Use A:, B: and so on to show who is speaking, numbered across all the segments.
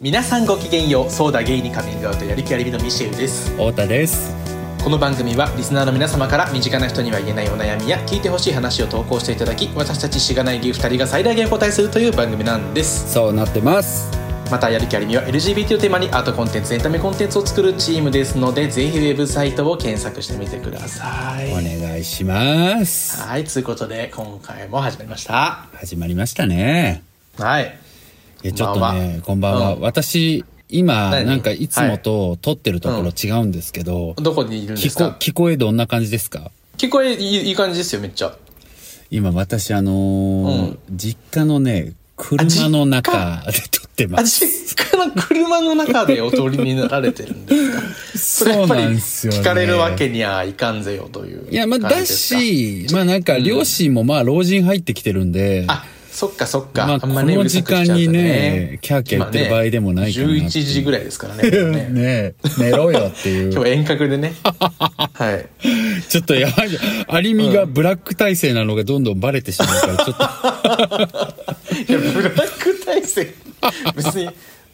A: 皆さんごきげんようソーダゲイにカミングアウトやる気ありみのミシェルです
B: 太田です
A: この番組はリスナーの皆様から身近な人には言えないお悩みや聞いてほしい話を投稿していただき私たちしがない理由2人が最大限お答えするという番組なんです
B: そうなってます
A: またやる気ありみは LGBT をテーマにアートコンテンツエンタメコンテンツを作るチームですのでぜひウェブサイトを検索してみてくださ
B: お
A: い
B: 願いします
A: はいということで今回も始まりました
B: 始まりましたね
A: はい
B: いやちょっとね、
A: こんばん
B: こんば
A: は
B: んは、
A: うん
B: 私今
A: 何
B: なんかいつもと撮ってるところ違うんですけど、
A: どこにいるんで
B: 聞
A: す
B: こ
A: か
B: 聞こえどんな感じですか
A: 聞こえいいいい感じですよめっちゃ
B: 今私あのー実家のね車の中で撮ってま
A: あ、
B: す
A: 実家の車の中でお通りになられてるんですかそれや
B: そう
A: っぱり
B: なんですよね
A: 聞かれるわけにはいかんぜよという。
B: いやまあだ、しまあなんか両親もまあ老人入ってきてるんで、
A: あ、そっかそっか。
B: まあ
A: あんまね
B: この時間にね
A: うるさくしち
B: キャ
A: ゃ
B: ー
A: うと
B: キャー言ってる場合でもないかなっていう
A: 今ね11時ぐらいですからね。もう ね
B: ね寝ろよっていう
A: 今日遠隔でね。はい。
B: ちょっとやばい。アリミがブラック体制なのがどんどんバレてしまうから、ちょっと。
A: いや、ブラック体制。別に、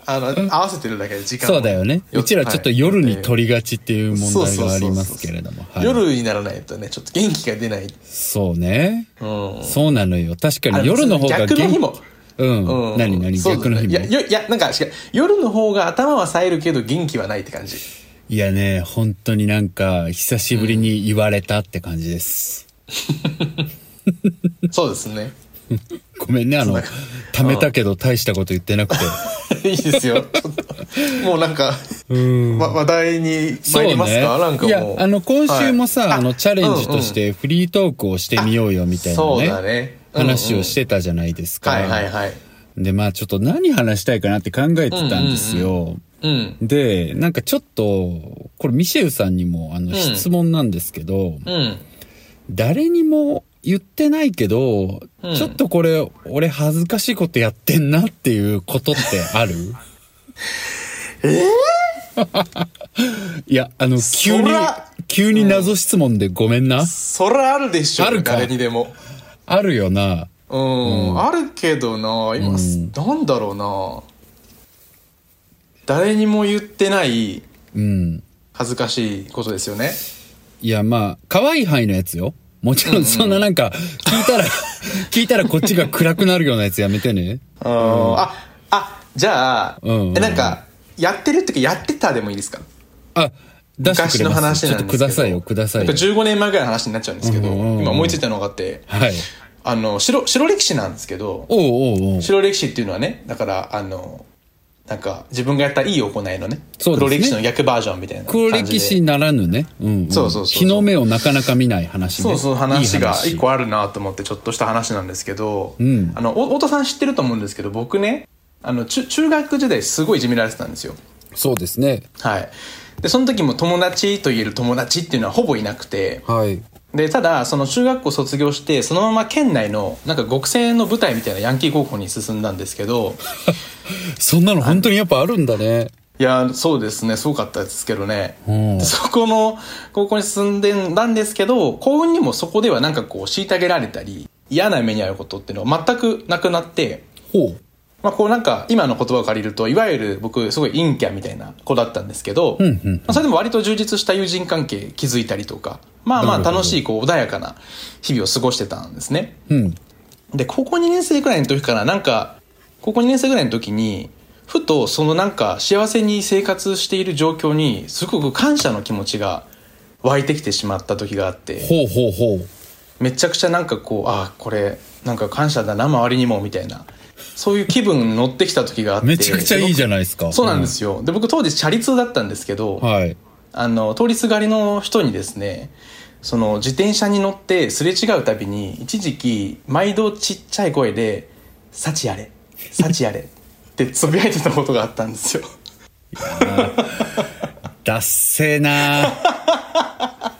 A: あの、合わせてるだけで時間も
B: そうだよね。うちらちょっと夜に撮りがちっていう問題がありますけれども。は
A: は
B: いい
A: 夜にならないとね、ちょっと元気が出ない。
B: そうね。
A: うん。
B: そうなのよ。確か
A: あ
B: に夜の方が
A: 逆の日も
B: うん。何何
A: そうだね
B: 逆の日
A: い
B: も
A: や。よいやなんか違う夜の方が頭は冴えるけど元気はないって 感じ
B: いやね、本当になんか、久しぶりに言われたって感じです。
A: そうですね
B: ごめんね、あの、貯めたけど大したこと言ってなく て。
A: いいですよちょっともうなんか、わ話題に参りますか、なんかもう
B: いや、あの、今週もさ、
A: はい
B: あの、チャレンジとしてフリートークをしてみようよみたいなね。
A: そうだねうんうん
B: 話をしてたじゃないですか。
A: はいはいはい
B: で、まあちょっと何話したいかなって考えてたんですよ。
A: うん
B: で、なんかちょっと、これミシェルさんにもあの質問なんですけど、
A: うん
B: 誰にも言ってないけど、
A: うん
B: ちょっとこれ、俺恥ずかしいことやってんなっていうことってあ るえ いや、あの、急に
A: そら、
B: 急に謎質問でごめんな。
A: そらあるでしょ
B: あるか
A: 誰にでも
B: あるよな。
A: うん、あるけどな今、
B: うん
A: なんだろうな誰にも言ってない
B: うん。
A: 恥ずかしいことですよね
B: いや、まあ、可愛い範囲のやつよ。もちろん、そんななんか、聞いたら、 聞いたらこっちが暗くなるようなやつやめてね。
A: あ、あ、じゃあ、
B: うんうん
A: えなんか、やってるっていうか、やってたでもいいですか
B: あ、出して
A: 昔
B: くれ
A: の
B: ます。
A: 話
B: ちょ
A: な
B: っと
A: んです
B: く
A: けど。
B: ださいよ、ください
A: や
B: よ
A: っぱ。15年前ぐらいの話になっちゃうんですけど、
B: うんうんうんうん
A: 今思いついたのがあって、
B: はい。
A: あの、白、白歴史なんですけど、
B: おうおうおう。
A: 白歴史っていうのはね、だから、あの、なんか、自分がやったいい行いのね、
B: そうですね
A: 黒歴史の逆バージョンみたいな感じ
B: 黒
A: で。
B: 歴史ならぬね。うん、うん。
A: そうそうそう
B: 日の目をなかなか見ない話ね
A: そうそう話が
B: いい
A: 一個あるなと思ってちょっとした話なんですけど、
B: ん
A: あのお太田さん知ってると思うんですけど僕ねあの中中学時代すごいいじめられてたんですよ。
B: そうですね。
A: はい。で、その時も友達と言える友達っていうのはほぼいなくて、
B: はい。
A: で、ただ、その中学校卒業して、そのまま県内の、なんか極戦の舞台みたいなヤンキー高校に進んだんですけど、
B: そんなの本当にやっぱあるんだね。
A: いや、そうですね、すごかったですけどね。
B: うん
A: でそこの高校に進んでたんですけど、幸運にもそこではなんかこう、虐げられたり、嫌な目に遭うことっていうのは全くなくなって、
B: ほう。
A: まあ、こうなんか今の言葉を借りるといわゆる僕すごい陰キャみたいな子だったんですけど、
B: んうんうん
A: まあ、それでも割と充実した友人関係築いたりとかまあまあ楽しいこう穏やかな日々を過ごしてたんですね
B: うん。
A: で高校2年生ぐらいの時からなんか高校2年生ぐらいの時にふとそのなんか幸せに生活している状況にすごく感謝の気持ちが湧いてきてしまった時があって
B: ほうほうほう。
A: めちゃくちゃなんかこうあこれなんか感謝だな周りにもみたいなそういう気分に乗ってきた時があって
B: めちゃくちゃいいじゃないですか。
A: そうなんで。すよで僕当時チャリ通だったんですけど、
B: はい。
A: あの通りすがりの人にですねその自転車に乗ってすれ違うたびに一時期毎度ちっちゃい声で「幸あれ幸あれ」ってつぶやいてたことがあったんですよ。
B: だっせーな ー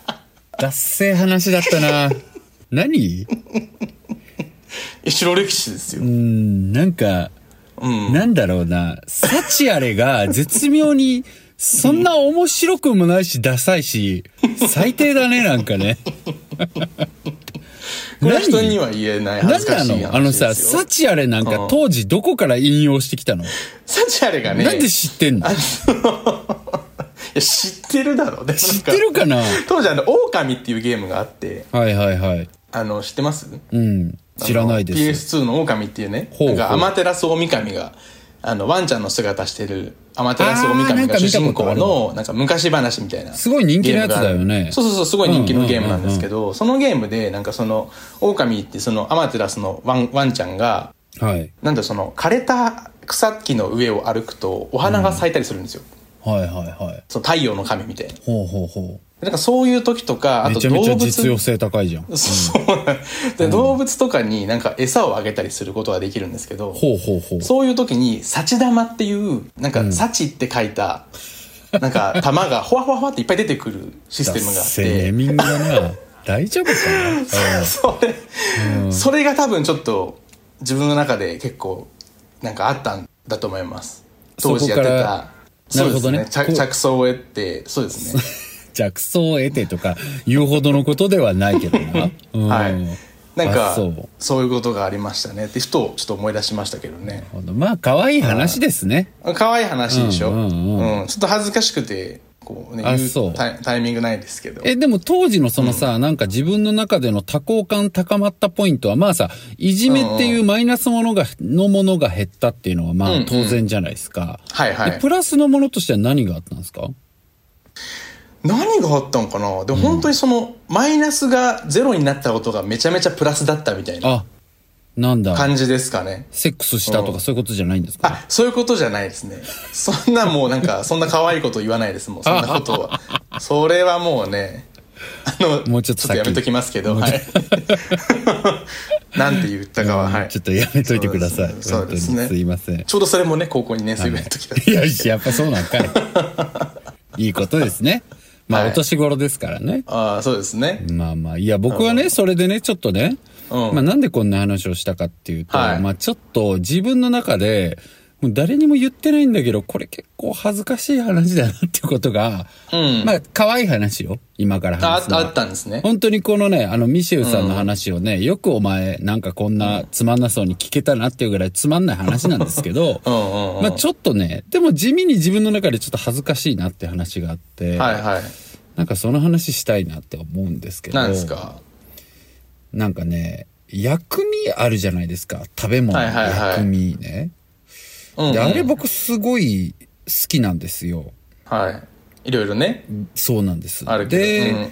B: だっせー話だったな何
A: 白歴史ですよ
B: う。ん、なんか、
A: うん
B: なんだろうな。サチアレが絶妙に、そんな面白くもないし、ダサいし、最低だね、なんかね。
A: これは人には言えない恥
B: 何
A: ずか
B: な
A: しい話ですよ
B: のあのさ、サチアレなん
A: う
B: か
A: ん
B: 当時どこから引用してきたの、
A: サチアレがね
B: なんで知ってんの
A: あのいや知ってるだろでもなんか
B: 知ってるかな
A: 当時あの「オオカミ」っていうゲームがあって
B: はいはいはい。
A: あの知ってます
B: うん。知らないです。
A: あの PS2 のオオカミっていうね
B: ほうほう
A: なんかアマテラスオオミカミがあのワンちゃんの姿してるアマテラスオオミカ
B: あーな
A: ミ
B: んか見た
A: が主人公
B: こ
A: のなんか昔話みたいな
B: すごい人気のやつだよね
A: ゲームがあるそうそうそうすごい人気のゲームなんですけど、そのゲームでなんかそのオオカミってそのアマテラスのワンワンちゃんが
B: はい。
A: なんだその枯れた草木の上を歩くとお花が咲いたりするんですよ、
B: はいはいはい。
A: その太陽の神みたいな
B: ほうほうほ
A: なんかそういう時とか
B: う。
A: あ
B: め
A: と
B: ちゃめ
A: 動
B: ちゃ
A: 物
B: 実用性高いじゃん。
A: そうで動物とかになんか餌をあげたりすることができるんですけど、
B: ほうほうほう。
A: そういう時に、サチ玉っていう、なんか、サチって書いた、なんか、玉が、ほわほわほわっていっぱい出てくるシステムがあ
B: ダッセーネー
A: っ
B: ミングだな。大丈夫かな
A: て、 それ、それが多分ちょっと、自分の中で結構、なんかあったんだと思います。当時やって
B: そこか。
A: た
B: らなるほどね
A: そうです
B: こう
A: 着着想を得て、そうですね。
B: 着想を得てとか言うほどのことではないけど な。うん
A: はい。な ん
B: あ
A: か
B: そうなる、
A: そういうことがありましたねって、ふと、ちょっと思い出しましたけどね。
B: ほど。まあ、可愛い話ですね。
A: 可愛い話でしょ、
B: う
A: うんん
B: うんう
A: ちょっと恥ずかしくてこうね
B: あ
A: 言
B: そう
A: うタイタイミングないですけど
B: え、でも当時のそのさ、なんか自分の中での多幸感高まったポイントは、まあさ、いじめっていうマイナスものが、のものが減ったっていうのは、ま
A: うんう
B: あ
A: ん
B: 当然じゃないですか。
A: はいは
B: で
A: い
B: プラスのものとしては何があったんですか
A: 何があったのかなでも本当にその、マイナスがゼロになったことがめちゃめちゃプラスだったみたいな
B: あ、なんだ。
A: 感じですかね
B: セックスしたと
A: う
B: かそういうことじゃないんですか
A: あそういうことじゃないですねそんなもうなんかそんな可愛いこと言わないですもうそんなこと はそれはもうねあの
B: もうちょっと先
A: やめときますけどはい なんて言ったかは、はい、
B: ちょっとやめといてください。
A: そうですね
B: 本当にすいません。
A: ちょうどそれもね高校2年生ぐらいの時だっ た
B: いや、やっぱそうなんかい。いい ことですね。まあ、
A: はい
B: お年頃ですからね。
A: ああそうですね、
B: まあまあ、いや、僕はね、それでね、ちょっとね、
A: うん
B: まあなんでこんな話をしたかっていうと、
A: はい
B: まあちょっと自分の中で、もう誰にも言ってないんだけど、これ結構恥ずかしい話だなっていうことが、
A: うん
B: まあ可愛い話よ、今から
A: あ
B: 話すの
A: あ
B: は
A: あったんですね。
B: 本当にこのね、あの、ミシェウさんの話をね、よくお前、なんかこんなつまんなそうに聞けたなっていうぐらいつまんない話なんですけ ど、
A: うんうんうん。
B: まあちょっとね、でも地味に自分の中でちょっと恥ずかしいなって話があって、
A: はいはい。
B: なんかその話したいなって思うんですけど、
A: なんですか
B: なんかね、薬味あるじゃないですか。食べ物の
A: はいはいはい
B: 薬味ね。
A: うん、うん。
B: で、あれ僕すごい好きなんですよ。
A: はい。いろいろね。
B: そうなんです。
A: あるけど。
B: で、
A: うん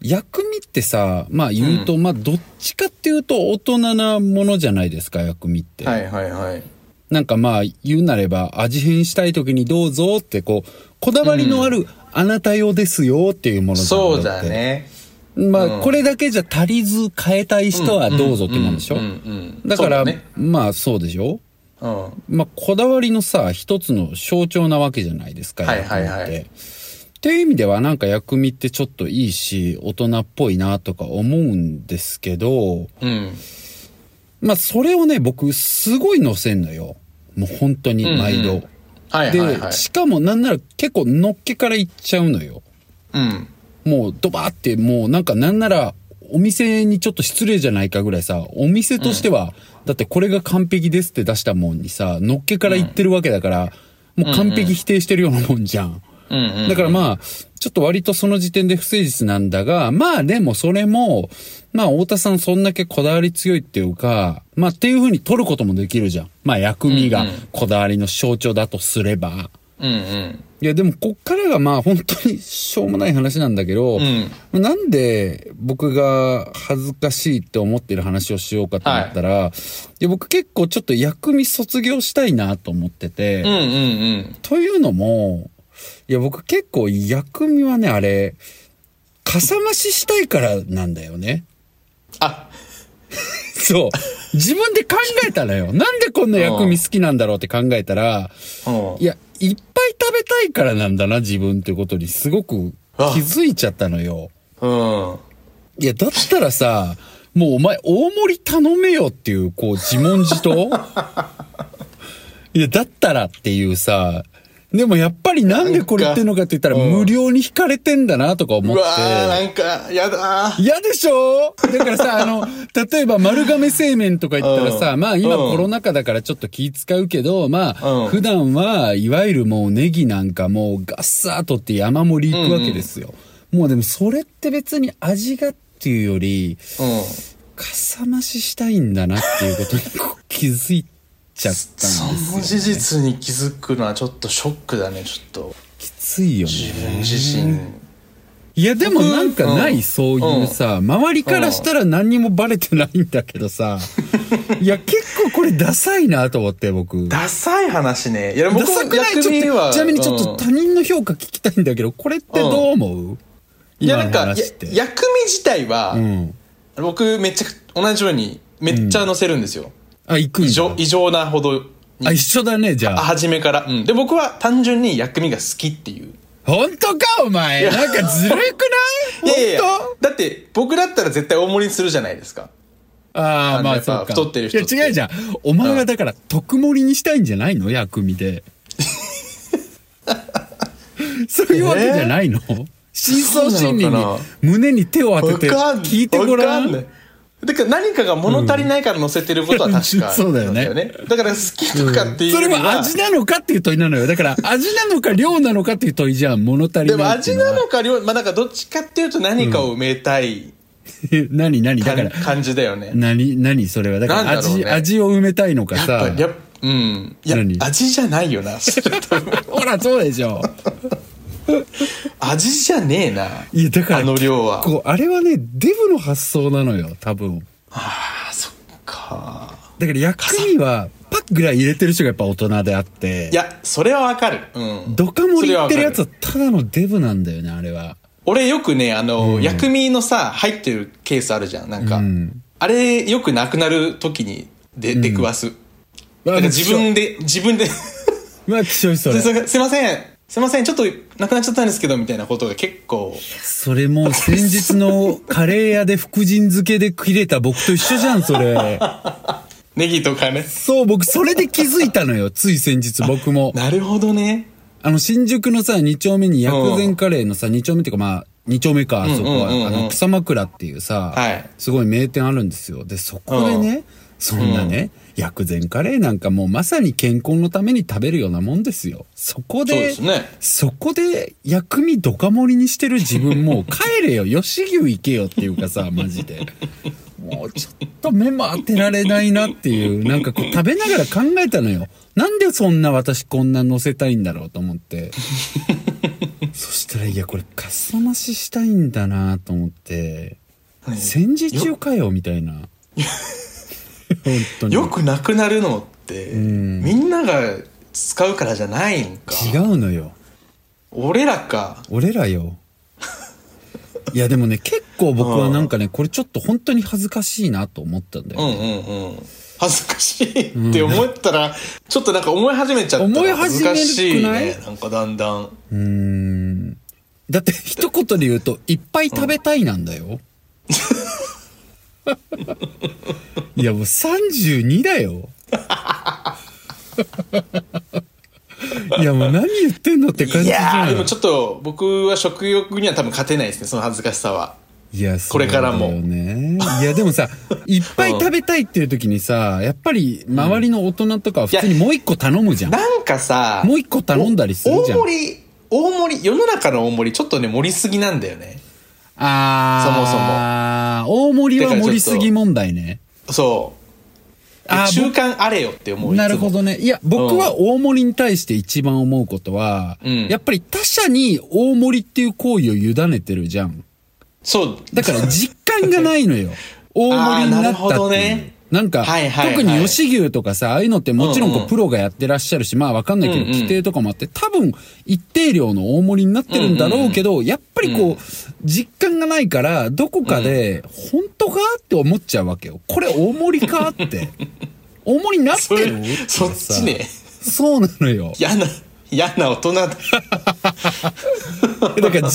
B: 薬味ってさ、まあ言うと、まあどっちかっていうと大人なものじゃないですか、薬味って。
A: はいはいはい。
B: なんかまあ言うなれば味変したい時にどうぞってこう、こだわりのあるあなた用ですよっていうものじゃん
A: そうだ。
B: って
A: ね。
B: まあこれだけじゃ足りず変えたい人はどうぞってもんでしょ
A: うんうん。
B: だから、
A: そうね
B: まあそうでしょ
A: うん。
B: まあ、こだわりのさ、一つの象徴なわけじゃないですか、
A: はいはいはい
B: 薬味って。っていう意味では、なんか薬味ってちょっといいし、大人っぽいなとか思うんですけど、
A: うん。
B: まあ、それをね、僕、すごい乗せんのよ。もう本当に、毎度。
A: うんうんはいはいは
B: で、
A: い。
B: しかもなんなら結構のっけからいっちゃうのよ。
A: うん。
B: もうドバーってもうなんかなんならお店にちょっと失礼じゃないかぐらいさ、お店としては、だってこれが完璧ですって出したもんにさ、のっけから言ってるわけだから、もう完璧否定してるようなもんじゃん。
A: うんうん。
B: だからまあ、ちょっと割とその時点で不誠実なんだが、まあでもそれも、まあ太田さんそんだけこだわり強いっていうか、まあっていう風に取ることもできるじゃん。まあ薬味がこだわりの象徴だとすれば。
A: うんうん。
B: いやでもこっからがまあ本当にしょうもない話なんだけど、なんで僕が恥ずかしいって思ってる話をしようかと思ったら、い、や僕結構ちょっと薬味卒業したいなと思ってて、
A: うんうんうん。
B: というのも、いや僕結構薬味はねあれ、かさ増ししたいからなんだよね。
A: あ、
B: そう。自分で考えたのよ。なんでこんな薬味好きなんだろうって考えたら、
A: うん
B: い。や、いっぱい食べたいからなんだな、自分ってことにすごく気づいちゃったのよ。
A: うん。
B: いや、だったらさ、もうお前大盛り頼めよっていう、 こう、自問自答いや、だったらっていうさ、でもやっぱりなんでこれ言ってんのかって言ったら
A: なんかうん
B: 無料に引かれてんだなとか思
A: う
B: って
A: わ。ー、なんか、やだー。
B: 嫌でしょだからさ、あの、例えば丸亀製麺とか言ったらさ、
A: うん
B: まあ今
A: うん
B: コロナ禍だからちょっと気使うけど、ま
A: う
B: あ
A: ん
B: 普段はいわゆるもうネギなんかもうガッサーとって山盛り行くわけですよ。もうでもそれって別に味がっていうより、
A: うん。
B: かさ増ししたいんだなっていうことにこう気づいちゃったんです
A: その
B: よ。
A: 事実に気づくのはちょっとショックだね、ちょっと。
B: きついよ
A: 自
B: ね。
A: 分自身。
B: いやでもなんかない、
A: うん
B: そういうさ、周りからしたら何にもバレてないんだけどさ、いや結構これダサいなと思って僕。ダ
A: ダサい話ね。いや、僕
B: サ
A: も
B: くないち
A: 逆に
B: ょっ
A: は。
B: と、ちなみにちょっ
A: う
B: と
A: ん
B: 他人の評価聞きたいんだけど、これってどう思う、
A: いや、
B: 今
A: なん
B: の
A: か、や
B: 話っ
A: 薬
B: て。
A: 味自体は、
B: うん。
A: 僕めっちゃ、同じように、めっちゃ乗せるんですよ。
B: あ、行くん
A: 異
B: だ
A: 常、異常なほどに
B: あ、一緒だね、じゃあ。
A: 初めから。うん。で、僕は単純に薬味が好きっていう。
B: 本当かお前なんかずるく
A: い
B: ない
A: やいや
B: 本
A: だって、僕だったら絶対大盛りにするじゃないですか。
B: 当ああ、
A: あの
B: まあ
A: やっぱ
B: そうか。
A: 太ってる人って
B: いや違うじゃん。お前はだから、特盛りにしたいんじゃないの薬味で。 そういうわけじゃないの、真相心理
A: そう
B: に
A: なのか
B: 胸に手を当
A: わ
B: てて
A: かん
B: 聞いてごらん。
A: わかないだから何かが物足りないから乗せてることは確か、
B: うんそうだよね
A: だから好きとかっていう
B: それ
A: より
B: も味なのかっていう問いなのよ。だから、味なのか量なのかっていう問いじゃん。物足り
A: でも
B: ないってい
A: 味
B: うの
A: な
B: は。
A: のか料理まあなんかどっちかっていうと何かを埋めたい
B: 何何だ
A: 感,、
B: から、
A: じだよね。
B: 何何それは。だから
A: なんだろう
B: 味、
A: ね
B: 味を埋めたいのかさ。
A: やっぱ、やっぱうん。いや
B: 何、
A: 味じゃない よな。それ多分
B: ほら、そうでしょ。
A: 味じゃねえな。
B: いや、だから、
A: あの量は。
B: こう、あれはね、デブの発想なのよ、多分。
A: ああ、そっか。
B: だから薬味は、パッぐらい入れてる人がやっぱ大人であって、
A: い、や、それはわかる。うん。
B: ドカ盛り言ってるやつ
A: それ
B: はただ
A: はわか
B: のデブなんだよね、あれは。
A: 俺よくね、あの、薬味のさ、入ってるケースあるじゃん。なんか、
B: うん
A: あれよくなくなる時にで、出くわす。
B: ま
A: なんか自分で、自分で、
B: まあ、きしょいそれ。
A: すすいません、すいません、ちょっとなくなっちゃったんですけど、みたいなことが結構、
B: それもう先日のカレー屋で福神漬けで切れた僕と一緒じゃん、それ。
A: ネギとかね。
B: そう、僕それで気づいたのよ、つい先日僕も。
A: なるほどね。
B: あの、新宿のさ、2丁目に薬膳カレーのさ、2丁目っていうかまあ、2丁目か、あそこは。
A: うんうんうんうん
B: あの、草枕っていうさ、
A: はい
B: すごい名店あるんですよ。で、そこでね、そんなね、薬膳カレーなんかもうまさに健康のために食べるようなもんですよ。そこ
A: そう
B: で、
A: ですね
B: そこで薬味ドカ盛りにしてる自分もう帰 れよ、吉牛行けよっていうかさ、マジで。もうちょっと目も当てられないなっていう、なんかこう食べながら考えたのよ。なんでそんな私こんな乗せたいんだろうと思って。そしたら、いや、これかさ増ししたいんだなと思って、戦時中かよ、みたいな。本当に。
A: よくなくなるのって、
B: ん
A: みんなが使うからじゃないんか。
B: 違うのよ。
A: 俺らか。
B: 俺らよ。いや、でもね、結構僕はなんかね、これちょっと本当に恥ずかしいなと思ったんだ
A: う
B: よ。
A: んうんうん。恥ずかしいって思ったら、ちょっとなんか思い始めちゃったら
B: 思い
A: 恥
B: 始
A: ず
B: める
A: かしい
B: くない
A: ね。なんかだんだん。
B: うーん。だって、一言で言うと、いっぱい食べたいなんだよ。いや、もう32だ よ。いや、もう何言ってんのって感じ
A: い
B: じゃ
A: やー、
B: ん。
A: でもちょっと僕は食欲には多分勝てないですね、その恥ずかしさは。
B: いや、
A: これからも
B: そうだよね。いや、でも さ、いっぱい食べたいっていう時にさ、やっぱり周りの大人とかは普通にもう一個頼むじゃん。
A: なんかさ、
B: もう一個頼んだりするじゃん
A: 大。盛り、大盛り、世の中の大盛り、ちょっとね、盛りすぎなんだよね。
B: あー、そもそも。大盛りは盛りすぎ問題ね。
A: そう。
B: あー
A: 中間あれよって思う。いつも
B: なるほ。どね。いや、僕は大盛りに対して一番思うことは、
A: うん
B: やっぱり他者に大盛りっていう行為を委ねてるじゃん。
A: そう。
B: だから実感がないの よ。大盛りになったって
A: あーなる
B: い
A: ほ
B: う。
A: どね
B: なんか、
A: はいはいはい
B: 特に吉牛とかさ、ああいうのってもちろんこ
A: うん
B: う
A: うん
B: プロがやってらっしゃるし、まあわかんないけど、
A: うんうん
B: 規定とかもあって、多分一定量の大盛りになってるんだろうけど、やっぱりこう、実感がないから、どこかで、本当かって思っちゃうわけよ。これ大盛りか って。大盛りになって
A: そ
B: る
A: れ、そっちね。。
B: そうなのよ。
A: 嫌な、嫌な大人だ。
B: だから実感が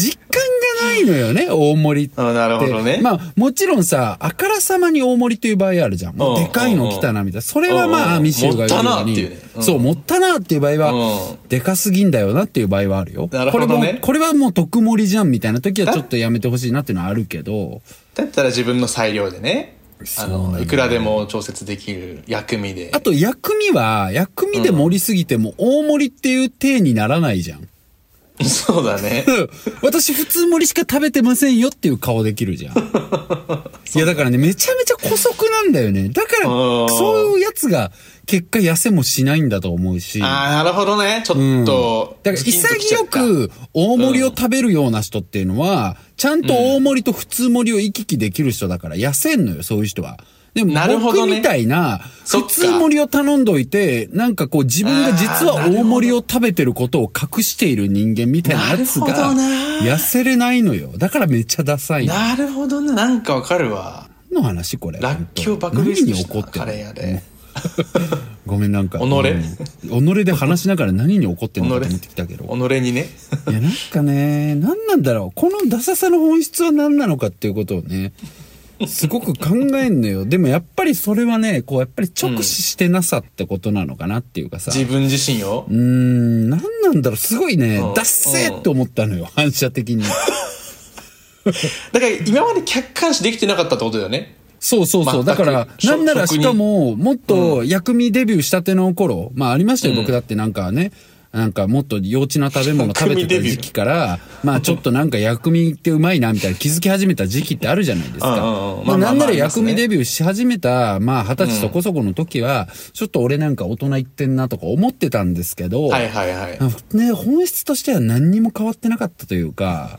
B: ないのよね、大盛りって。
A: あなるほどね
B: まあ、もちろんさ、あからさまに大盛りという場合あるじゃん。もうでかいの来たな、みたいな。それは
A: うんうん
B: まあ、ミシェルが言うよう
A: もったなってい
B: に
A: うねうん
B: そう、もったなっていう場合
A: うん
B: は、でかすぎんだよなっていう場合はあるよ。
A: なるほどね
B: これも、これはもう特盛りじゃん、みたいな時はちょっとやめてほしいなっていうのはあるけど。
A: だったら自分の裁量でねあ
B: そうなん
A: の
B: だ
A: いくらでも調節できる薬味で
B: あと、薬味は、薬味で盛りすぎても大盛りっていう体にならないじゃん。
A: そうだね
B: うん 私普通盛りしか食べてませんよっていう顔できるじゃん。いやだからね、めちゃめちゃ姑息なんだよね。だから、
A: うん
B: そういうやつが結果痩せもしないんだと思うし。だか
A: ああなるほどねちょっと、
B: ら
A: ズキンときちゃ
B: 潔
A: った
B: く大盛りを食べるような人っていうのは、ちゃんと大盛りと普通盛りを行き来できる人だから痩せんのよ、そういう人は。でも
A: なるほど
B: 僕
A: ね
B: みたいな、
A: そっ
B: 普
A: か
B: 通盛りを頼んどいて、なんかこう自分が実は
A: あーなるほど
B: 大盛りを食べてることを隠している人間みたいなやつが
A: なるほどな、
B: 痩せれないのよ。だからめっちゃダサいの。
A: なるほどななんかわかるわ
B: 何の話これ。
A: らっきょう爆食い
B: 何
A: す
B: に
A: るし
B: 怒
A: な
B: って
A: カ
B: んの
A: レー屋で
B: ごめんなんか。
A: 己
B: うん己で話しながら何に怒ってんのかと思ってきたけど。
A: 己にね
B: いや、なんかね、何なんだろう。このダサさの本質は何なのかっていうことをね、すごく考えんのよ。でもやっぱりそれはね、こう、やっぱり直視してなさってことなのかなっていうかさ。
A: 自分自身を
B: うーん、何なんだろう。すごいね
A: うん、
B: ダッセーって思ったのよ。反射的に。
A: だから今まで客観視できてなかったってことだよね
B: そうそうそう。
A: 全く
B: だから、
A: し
B: なんなら
A: 職人
B: しかも、もっと薬味デビューしたての頃、まあありましたよ、僕だってなんかね、なんかもっと幼稚な食べ物食べて
A: 薬味デ
B: た
A: ビュー
B: 時期から、まあちょっとなんか薬味ってうまいなみたいな気づき始めた時期ってあるじゃないです
A: うんうん
B: か
A: う。んま
B: ま
A: あ
B: あ
A: まあ
B: なんなら
A: まああります
B: 薬
A: ね
B: 味デビューし始めた、まあ二十歳そこそこの時は、ちょっと俺なんか大人いってんなとか思ってたんですけど、
A: はいはいはい
B: ね、本質としては何にも変わってなかったという か、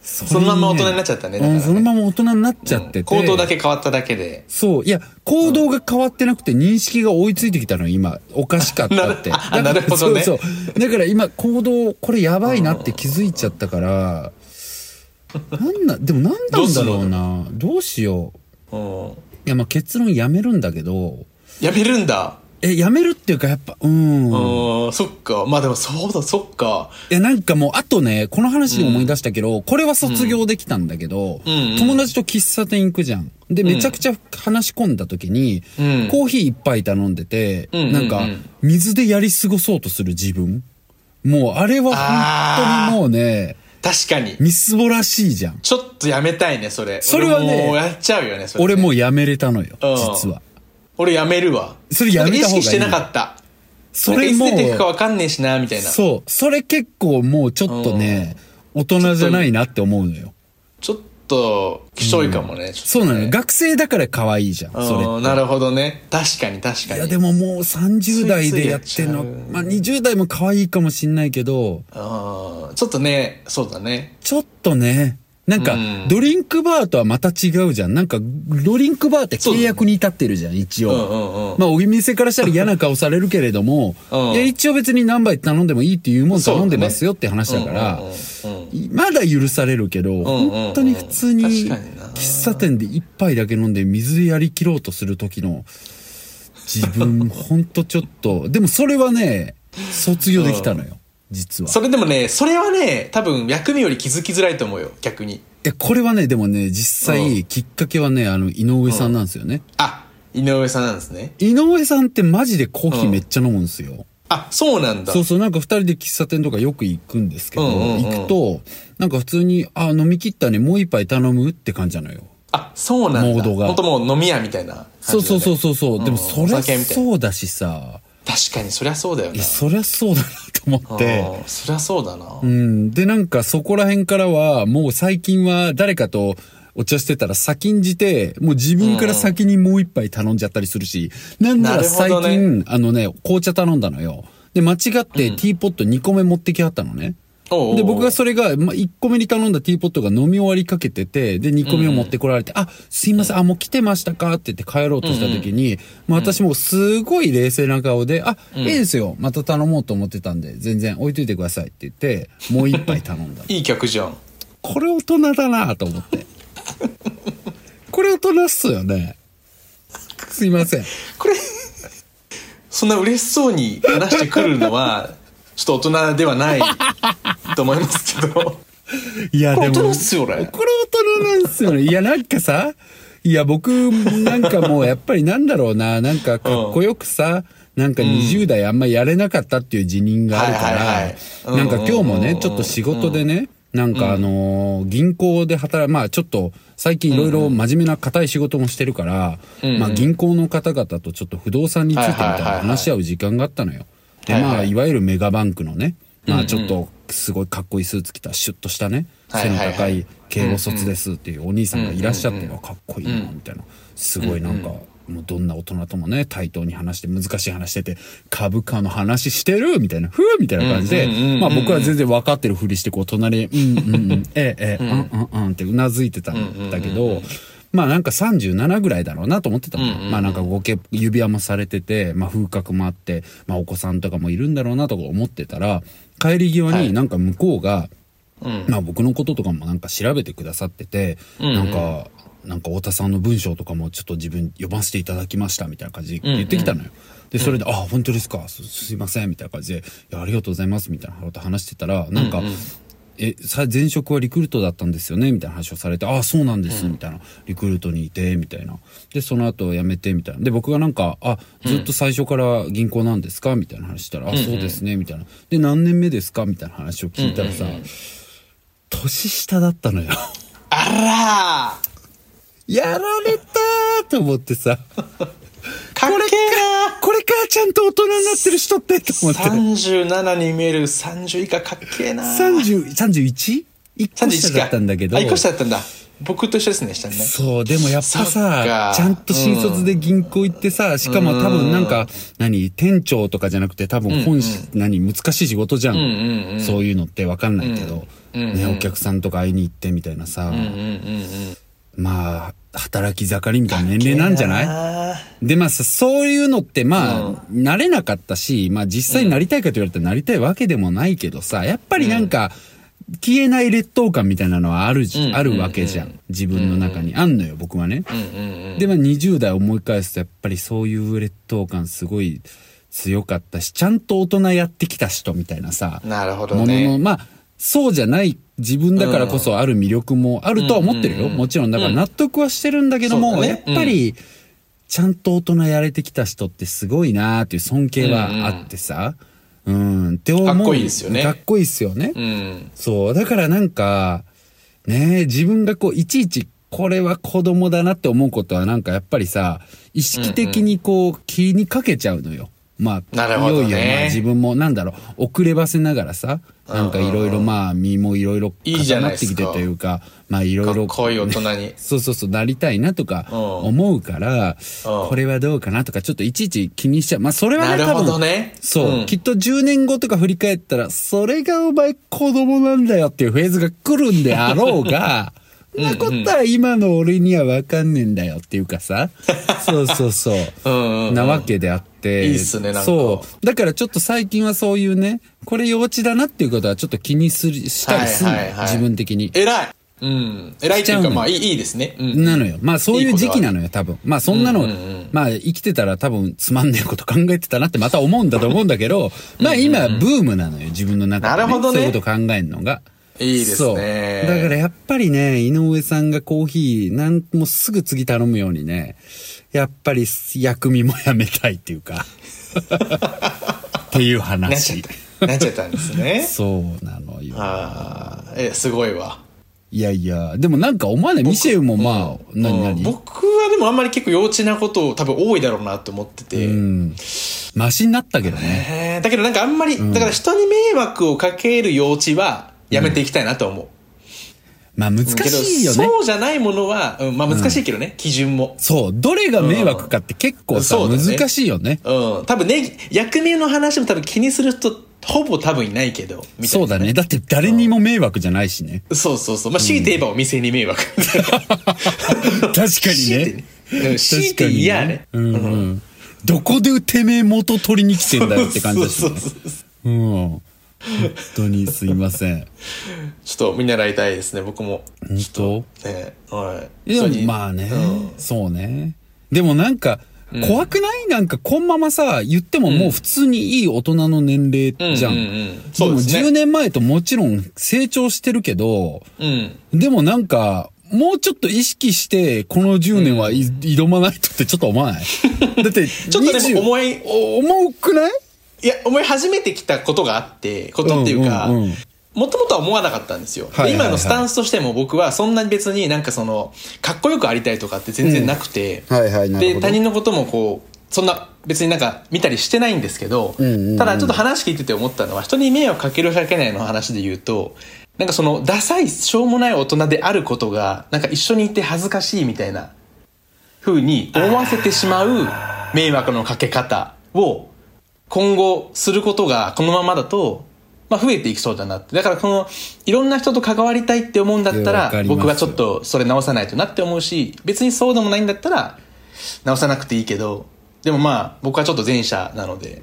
B: そ
A: そのまんま大人になっちゃったねだから
B: う
A: ね
B: ん、そのまま大人になっちゃってて。
A: 行動だけ変わっただけで
B: そう。いや、行動が変わってなくて認識が追いついてきたの、今。おかしかったって。
A: なる あなるほどね
B: そうそう。だから今、行動、これやばいなって気づいちゃったから、なんな、でもなんなんだろうな。どうしよう。
A: うん
B: いや、まあ結論やめるんだけど、
A: やめるんだ
B: え、やめるっていうかやっぱ、うん。
A: うんそっかまあでもそうだそっか
B: いや、なんかもう、あとね、この話で思い出したけど、これは卒業できたんだけど、
A: うんうん
B: 友達と喫茶店行くじゃん。で、めちゃくちゃ話し込んだ時に、
A: うん
B: コーヒー一杯頼んでて、
A: うんうんうん
B: なんか、水でやり過ごそうとする自分。もう、あれは本当にもうね、
A: 確かに
B: みすぼらしいじゃん。
A: ちょっとやめたいねそれ
B: それはね
A: 俺もうやっちゃうよねそれね
B: 俺もうやめれたのよ、
A: うん
B: 実は。
A: 俺やめるわ
B: それやめた方がいい
A: なんか意識してなかった
B: それも
A: なんかいつ出ていくかわかんねえしなみたいなちょ
B: そう、それ結構もうちょっとね、大人じゃないなって思うのよ。
A: っときしょいかもね、ちょ
B: そう
A: っとね
B: なのよ。学生だから可愛いじゃん、それって
A: うんなるほどね確かに確かに
B: いやでももう30代でやってんの
A: ついついやっちゃう
B: まあ20代も可愛いかもしんないけど
A: うんちょっとねそうだね
B: ちょっとねなんか
A: うん
B: ドリンクバーとはまた違うじゃんなんかドリンクバーって契約に至ってるじゃん一
A: う
B: 応、
A: んうんうん
B: まあ、お店からしたら嫌な顔されるけれども、
A: うん
B: いや、一応別に何杯頼んでもいいっていうもん頼んでますよって話だから
A: うんうんうんうん
B: いまだ許されるけど、
A: んうん
B: 本当に普通に
A: 確かにな
B: 喫茶店で一杯だけ飲んで水でやりきろうとする時の自分、本当ちょっと、でもそれはね、卒業できたのよ、実は。
A: それでもねそれはね多分薬味より気づきづらいと思うよ逆に
B: え、これはね、でもね、実際、きっかけはね、あの、井上さんなんですよね。
A: あ井上さんなんですね
B: 井上さんってマジでコーヒーめっちゃ飲むんですよ。
A: あそうなんだ
B: そうそう、なんか二人で喫茶店とかよく行くんですけど、
A: うんうんうん
B: 行くと、なんか普通に、あ、飲み切ったね、もう一杯頼むって感じなのよ。
A: あそうなんだ
B: モードが
A: 本当もう飲み屋みたいな感じ
B: そ
A: だね
B: うそうそうそうそう。でもそり
A: お
B: ゃ
A: 酒みたいな
B: そうだしさ、
A: 確かにそりゃそうだよ
B: い
A: な
B: やそりゃそうだなと思って。
A: うんそりゃそうだな、
B: うん。で、なんかそこら辺からは、もう最近は誰かとお茶してたら先んじて、もう自分から先にもう一杯頼んじゃったりするし、なんなら最
A: なるほど
B: 近、あのね、紅茶頼んだのよ。で、間違ってティーポット2個目持ってきはったのね。
A: おうおう。
B: で、僕がそれが、まあ、1個目に頼んだティーポットが飲み終わりかけてて、で、2個目を持ってこられて、あ、すいません、あ、もう来てましたかって言って帰ろうとした時に、まあ、私もうすごい冷静な顔で、あ、いいですよ、また頼もうと思ってたんで、全然置いといてくださいって言って、もう一杯頼んだ
A: いい客じゃん
B: これ大人だなと思って。これ大人っすよね。すいません。
A: これそんな嬉しそう に話してくるのはちょっと大人ではないと思いますけど
B: いや、
A: これ
B: で
A: 大
B: も
A: 人っ、すよ俺
B: これ大人なんですよね。いや、なんかさ、いや、僕、なんかもう、やっぱりなんだろうな、なんかかっこよくさ、なんか20代あんまやれなかったっていう辞任があるか
A: はいはい
B: ら、
A: はい
B: なんか今日も
A: うんうんう
B: ね、
A: ん
B: ちょっと仕事でね、なんかあのー銀行で働い、まあちょっと最近いろいろ真面目な硬い仕事もしてるから、
A: うんうん
B: まあ銀行の方々とちょっと不動産についてみた
A: はいい
B: な
A: はいはいはい
B: 話し合う時間があったのよ。で、
A: はいはい
B: まあいわゆるメガバンクのね、ま
A: うんう
B: あ
A: ん
B: ちょっとすごいかっこいいスーツ着たシュッとしたね、
A: はい
B: 背
A: は
B: の
A: いはい
B: 高い慶応卒ですっていうお兄さんがいらっしゃって
A: うんうん
B: わかっこいいなみたいなすごいなんかもうどんな大人ともね対等に話して難しい話してて株価の話してるみたいなふうみたいな感じで
A: うんうんうんうん
B: まあ僕は全然分かってるふりしてこう隣に「うんうんうんえ えええうんうんうん」ってうなずいてたんだけど。まあなんか37ぐらいだろうなと思ってたのよ
A: うんうんうん
B: まあなんかご結指輪もされてて、まあ風格もあって、まあお子さんとかもいるんだろうなとか思ってたら、帰り際
A: は
B: に
A: い
B: なんか向こうが、
A: うん
B: まあ僕のこととかもなんか調べてくださってて、
A: うんうん
B: なんか、なんか太田さんの文章とかもちょっと自分読ませていただきましたみたいな感じで言ってきたのよ。で、それで、あ、本当ですかすすいませんみたいな感じで、いや、ありがとうございますみたいなこと話してたら、なんか、え、さ、前職はリクルートだったんですよねみたいな話をされて、あ、そうなんです、みたいな。リクルートにいて、みたいな。で、その後辞めて、みたいな。で、僕がなんか、あ、ずっと最初から銀行なんですかみたいな話したら、あ、そうですね、みたいな。で、何年目ですかみたいな話を聞いたらさ、年下だったのよ。
A: あら
B: やられたーと思ってさ、
A: ーかっけ
B: これかちゃんと大人になってる人ってと思
A: え
B: っ
A: な
B: て。
A: 37に見える30以下かっけえな
B: 30、31? 一個
A: 31
B: 下
A: か
B: だったんだけど
A: あ。1個下だったんだ僕と一緒ですね下にね
B: そう、でもやっぱ
A: そっ
B: さ
A: か、
B: ちゃんと新卒で銀行行ってさ、しかも多分なんか、何、店長とかじゃなくて多分本し、何、難しい仕事じゃん。
A: ん
B: そういうのってわかんないけど、
A: うんうん
B: ね、お客さんとか会いに行ってみたいなさ、
A: うんうんうん
B: まあ、働き盛りみたいな年
A: うん
B: 齢なんじゃない
A: あー
B: で、まあさ、そういうのって、まあ、慣れなかったし、まあ実際になりたいかと言われたらなりたいわけでもないけどさ、やっぱりなんか、消えない劣等感みたいなのはあるじ、
A: うん
B: あるわけじゃん。自分の中に。あんのよ、僕はね。
A: うんうんうん
B: で、まあ20代思い返すと、やっぱりそういう劣等感すごい強かったし、ちゃんと大人やってきた人みたいなさ、
A: なるほど
B: ものの、
A: ね
B: まあ、そうじゃない自分だからこそある魅力もあるとは思ってるよ。もちろん、だから納得はしてるんだけども、
A: そうだ
B: やっ
A: ね
B: ぱり、ちゃんと大人やれてきた人ってすごいなーっていう尊敬はあってさ、うん、って思う。
A: かっこいいですよね
B: かっこいいですよね。
A: うん
B: そう。だからなんか、ねえ自分がこう、いちいち、これは子供だなって思うことはなんかやっぱりさ、意識的にこう、気にかけちゃうのよ。まあ、
A: なるほどね
B: いよいよ、まあ自分もなんだろう、遅ればせながらさ、なんかいろいろまあ、身もいろいろ
A: いいじゃ
B: 重
A: ない
B: な
A: で
B: って
A: すか
B: きてというか、まあいろい
A: か
B: ろ
A: っ。こいい大人に
B: そうそうそう、なりたいなとか
A: うん
B: 思うから、これはどうかなとか、ちょっといちいち気にしちゃう。まあそれは
A: な
B: ね、
A: る
B: 多
A: ほど
B: 分、
A: ね
B: そう、
A: ん
B: きっと10年後とか振り返ったら、それがお前子供なんだよっていうフェーズが来るんであろう が、そんなことは今の俺にはわかんねえんだよっていうか さ、そうそうそうう、
A: ん
B: なわけであって、
A: いいっすねなんか
B: そう。だからちょっと最近はそういうね、これ幼稚だなっていうことはちょっと気にする、したりするの、
A: はいはいはい
B: 自分的に。
A: 偉いうん偉いっていうかまあいいいいですねうん
B: なのよ。まあそういう時期なのよ、多分。まあそんなの、
A: うんうんうん
B: まあ生きてたら多分つまんねえこと考えてたなってまた思うんだと思うんだけど、まあ今ブームなのよ、自分の中で、
A: なるほどね
B: そういうこと考えるのが。
A: いいですね
B: そう。だからやっぱりね、井上さんがコーヒー、なんもうすぐ次頼むようにね、やっぱり薬味もやめたいっていうか、っていう
A: なっちゃ
B: 話。
A: ったなっちゃったんです ね
B: そうなのよ。
A: ああえすごいわ
B: いやいや、でもなんか思わない。ミシェルもまあ、何
A: うん
B: 何
A: 僕はでもあんまり結構幼稚なことを多分多いだろうなと思ってて、
B: うん。マシになったけどね。
A: へーだけどなんかあんまり、だから人に迷惑をかける幼稚はやめていきたいなと思う、
B: まあ難
A: けど
B: しいよね。
A: そうじゃないものは、うん、まあ難しいけどね、基準も
B: そう。どれが迷惑かって結構さ、
A: うんそうだね
B: 難しいよね。
A: うん多分ね役名の話も多分気にする人ほぼ多分いないけどみたい
B: そ
A: な
B: うだね。だって誰にも迷惑じゃないしね。
A: そうそうそうまあ強いて言えばお店に迷惑
B: 確かに
A: 強いて
B: ね
A: ね。うん強い
B: 確か
A: て
B: に
A: 嫌ね
B: うんうん。どこでてめえ元取りに来てんだよって感じだし
A: そう
B: ね
A: そう。そうそう
B: うん。本当にすいません。
A: ちょっと見習いたいですね僕も
B: 本当
A: ねはい
B: で
A: それに
B: もまあね、
A: うん
B: そうね。でもなんか、
A: うん
B: 怖くないなんかこんままさ、言ってももう普通にいい大人の年齢じゃん。
A: うんうんうんそうですね
B: も10年前ともちろん成長してるけど、
A: うん。
B: でもなんか、もうちょっと意識して、この10年はい挑まないとってちょっと思 わないだって、ち
A: ちょっとでも思い、
B: 重くない
A: いや、思い始めてきたことがあって、ことっていうか
B: うんうんうん、
A: もともとは思わなかったんですよ。で
B: はいはいはい
A: 今のスタンスとしても僕はそんなに別になんかその、かっこよくありたいとかって全然なくて、
B: はいはい、なる
A: で、
B: ほど。
A: 他人のこともこう、そんな別になんか見たりしてないんですけど、
B: うんうんうん
A: ただちょっと話聞いてて思ったのは、人に迷惑かけるかけないの話で言うと、なんかその、ダサい、しょうもない大人であることが、なんか一緒にいて恥ずかしいみたいな、風に思わせてしまう迷惑のかけ方を、今後することがこのままだと、まあ増えていきそうだなって。だからこの、いろんな人と関わりたいって思うんだった、
B: いやわからります
A: 僕はちょっとそれ直さないとなって思うし、別にそうでもないんだったら、直さなくていいけど、でもまあ、僕はちょっと前者なので、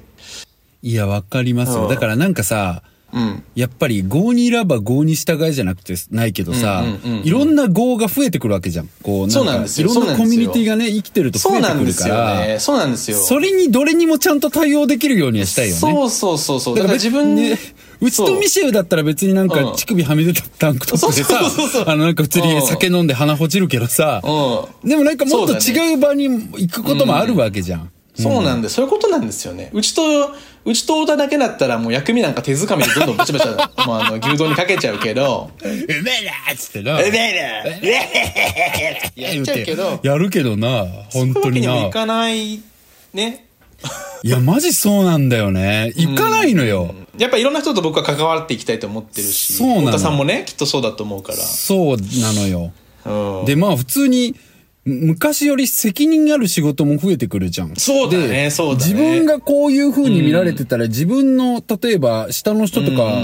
B: いや、わかります
A: う
B: よ。
A: ん
B: だからなんかさ、
A: うん。
B: やっぱり合にいらば合に従いじゃなくてないけどさ
A: うんうんうんう、ん
B: いろんな合が増えてくるわけじゃん。こう、
A: そ
B: な
A: うんなん
B: か
A: です
B: い
A: よ
B: ろんなコミュニティがね、生きてると増
A: そう
B: えて
A: な
B: く
A: んで
B: る
A: す
B: か
A: よね。
B: ら、
A: そうなんですよ。
B: それにどれにもちゃんと対応できるようにはしたいよね。
A: そうそうそうそう。だ
B: だ
A: か
B: からら
A: 自分
B: ね、うちとミシェルだったら別になん
A: う
B: か
A: ん
B: 乳首はみ出たタンクトップでさ
A: そうそうそうそう、
B: あのなんか普通
A: うん
B: に酒飲んで鼻ほじるけどさ、
A: うん。
B: でもなんかもっと
A: そうだね
B: 違う場に行くこともあるわけじゃん。
A: そうなんで、そういうことなんですよね。うちと、うちと太田だけだったらもう薬味なんか手づかみでどんどんバチバチ、 もうあの、牛丼にかけちゃうけど、
B: うめえなっつってな。
A: うめえなやっちゃうけど、
B: やるけどな、本
A: そういう
B: 当
A: わけ
B: に
A: に
B: な。
A: もいかない、ね。
B: いや、マジそうなんだよね。行かないのよ。
A: やっぱいろんな人と僕は関わっていきたいと思ってるし、
B: そうなの
A: 太田さんもね、きっとそうだと思うか
B: そうなのよ。
A: ら。うん。
B: で、まあ普通に、昔より責任ある仕事も増えてくるじゃん。
A: そうだね
B: で
A: そうだね
B: 自分がこういう風に見られてたら、自分の、例えば、下の人とか、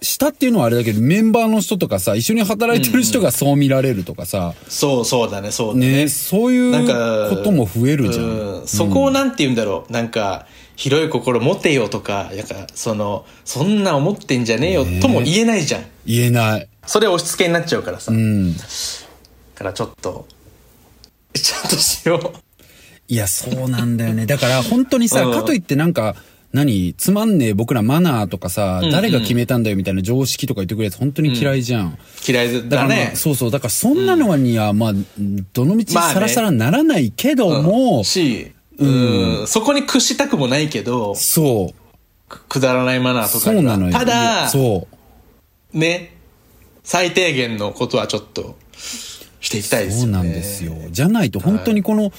B: 下っていうのはあれだけど、メンバーの人とかさ、一緒に働いてる人がそう見られるとかさ、
A: そうそうだね、そうだね。
B: ね、そうい
A: なんか、
B: うことも増えるじゃん。
A: うんそこをなんて言うんだろう。なんか、広い心持てよとか、なんか、その、そんな思ってんじゃねえよとも言えないじゃん。
B: 言えない。
A: それ押し付けになっちゃうからさ。だ
B: うん。
A: からちょっと、ちゃんとしよう。
B: いや、そうなんだよね。だから、本当にさ、
A: うん
B: かといってなんか、何つまんねえ僕らマナーとかさ、誰が決めたんだよみたいな常識とか言ってくるやつ本当に嫌いじゃん。
A: 嫌い
B: だ
A: だ
B: から、
A: ね
B: まあ。そうそう。だから、そんなのはには、まあ、どの道
A: まあね
B: さらさらならないけども、
A: し、うん、そこに屈したくもないけど、
B: そう。
A: くくだらないマナーとか
B: そ
A: に
B: う
A: は
B: なのよ。
A: ただ、
B: そう。
A: ね、最低限のことはちょっと、していきたいです
B: そ
A: よ
B: う
A: ね。
B: なんですよ。じゃないと、本当にこの、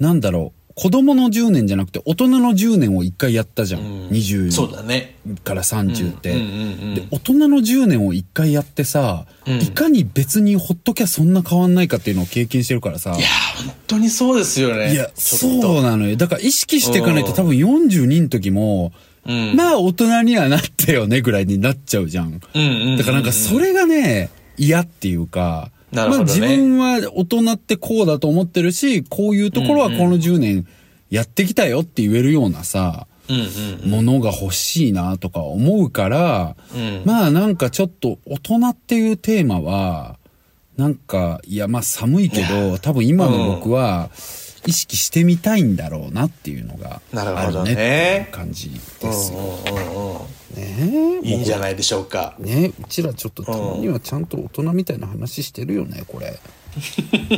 B: なんだろう、子供の10年じゃなくて、大人の10年を一回やったじゃん。20
A: そうだね。
B: から30って。
A: うんうん
B: で大人の10年を一回やってさ、いかに別にほっときゃそんな変わんないかっていうのを経験してるからさ。
A: いやー、本当にそうですよね。
B: いや、
A: ちょっと
B: そうなのよ。だから意識していかないと
A: うん
B: 多分42の時も、
A: うん
B: まあ大人にはなってよねぐらいになっちゃうじゃん。
A: うんうんうんうん
B: だからなんかそれがね、嫌っていうか、
A: なるほどね
B: まあ自分は大人ってこうだと思ってるし、こういうところはこの10年やってきたよって言えるようなさ、
A: うんうん。
B: ものが欲しいなとか思うから、
A: うん
B: まあなんかちょっと大人っていうテーマは、なんか、いやまあ寒いけど、多分今の僕は意識してみたいんだろうなっていうのが、
A: なるほどね
B: あっていう感じですよ
A: うんうんうん
B: ね。
A: いいんじゃないでしょうか。
B: ねうちらちょっとたまにはちゃんと大人みたいな話してるよね、こ れ。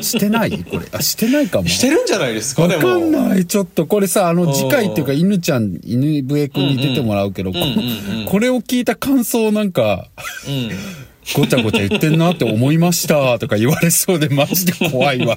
B: してないこれ。あ、してないかも。
A: してるんじゃないですか、
B: わ
A: でも。
B: かんない。ちょっと、これさ、あ
A: うん
B: の、次回っていうか、犬ちゃん、犬笛くんに出てもらうけど、こ
A: うんうん
B: これを聞いた感想なんか、
A: うん。
B: ごちゃごちゃ言ってんなって思いましたとか言われそうで、マジで怖 いわ。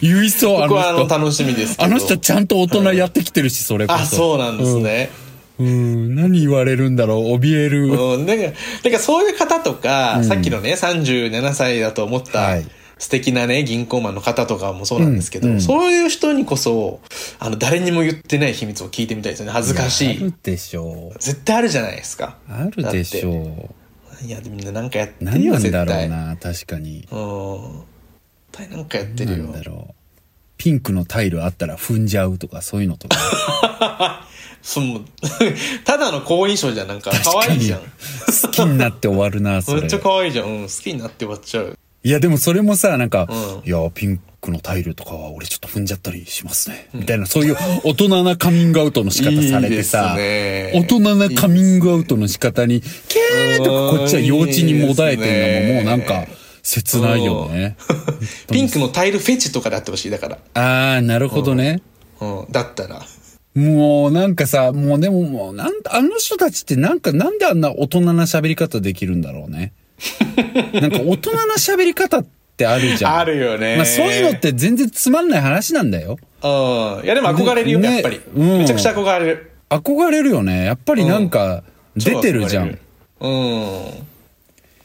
B: 言いそう、あ
A: 僕
B: の
A: はあの、
B: 人。
A: 楽しみですけど。
B: あの人ちゃんと大人やってきてるし、それこそ。
A: あ、そうなんですね。
B: うん、何言われるんだろう、怯える。
A: うん。だから、だからそういう方とか、さっきのね、37歳だと思った、
B: はい
A: 素敵なね、銀行マンの方とかもそうなんですけど、
B: うんうん
A: そういう人にこそ、あの、誰にも言ってない秘密を聞いてみたいですよね。恥ずかし
B: あ
A: い
B: る。でしょう。
A: 絶対あるじゃないですか。
B: あるでしょう。
A: いや、みんななんかやってる
B: 何
A: よ、
B: なん
A: 絶対。
B: だろうな、確かに。
A: うん。絶対なんかやって
B: な
A: る
B: ん
A: よ
B: だ。ろう。ピンクのタイルあったら踏んじゃうと か、そういうのとか。
A: その ただの好印象じゃん。なんか、可愛いじゃん。
B: 好きになって終わるな、そ
A: めっ
B: れ
A: ちゃ。可愛いじゃん。うん、好きになって終わっちゃう。
B: いや、でもそれもさ、なんか、
A: う
B: いや、ピンクのタイルとかは俺ちょっと踏んじゃったりしますね。みたいな、そういう 大人なカミングアウトの仕方されてさ、大
A: 大
B: 人なカミングアウトの仕方に、キャーとかこっちは幼稚にもだえてるのももうなんか切ないよね。
A: ピンクのタイルフェチとかであってほしいだから、
B: あー、なるほどね。
A: うん、だったら
B: もうなんかさ、もうでももうなん、あの人たちってなんかなんであんな大人な喋り方できるんだろう ね。なんか大人な喋り方ってあるじゃん。
A: あるよね
B: まあそういうのって全然つまんない話なんだよ。
A: うんいやでも憧れるよ、
B: ね
A: やっぱり、
B: うん
A: めちゃくちゃ憧れる
B: 憧れるよね。やっぱりなんか出てるじゃん。
A: 超憧れるうん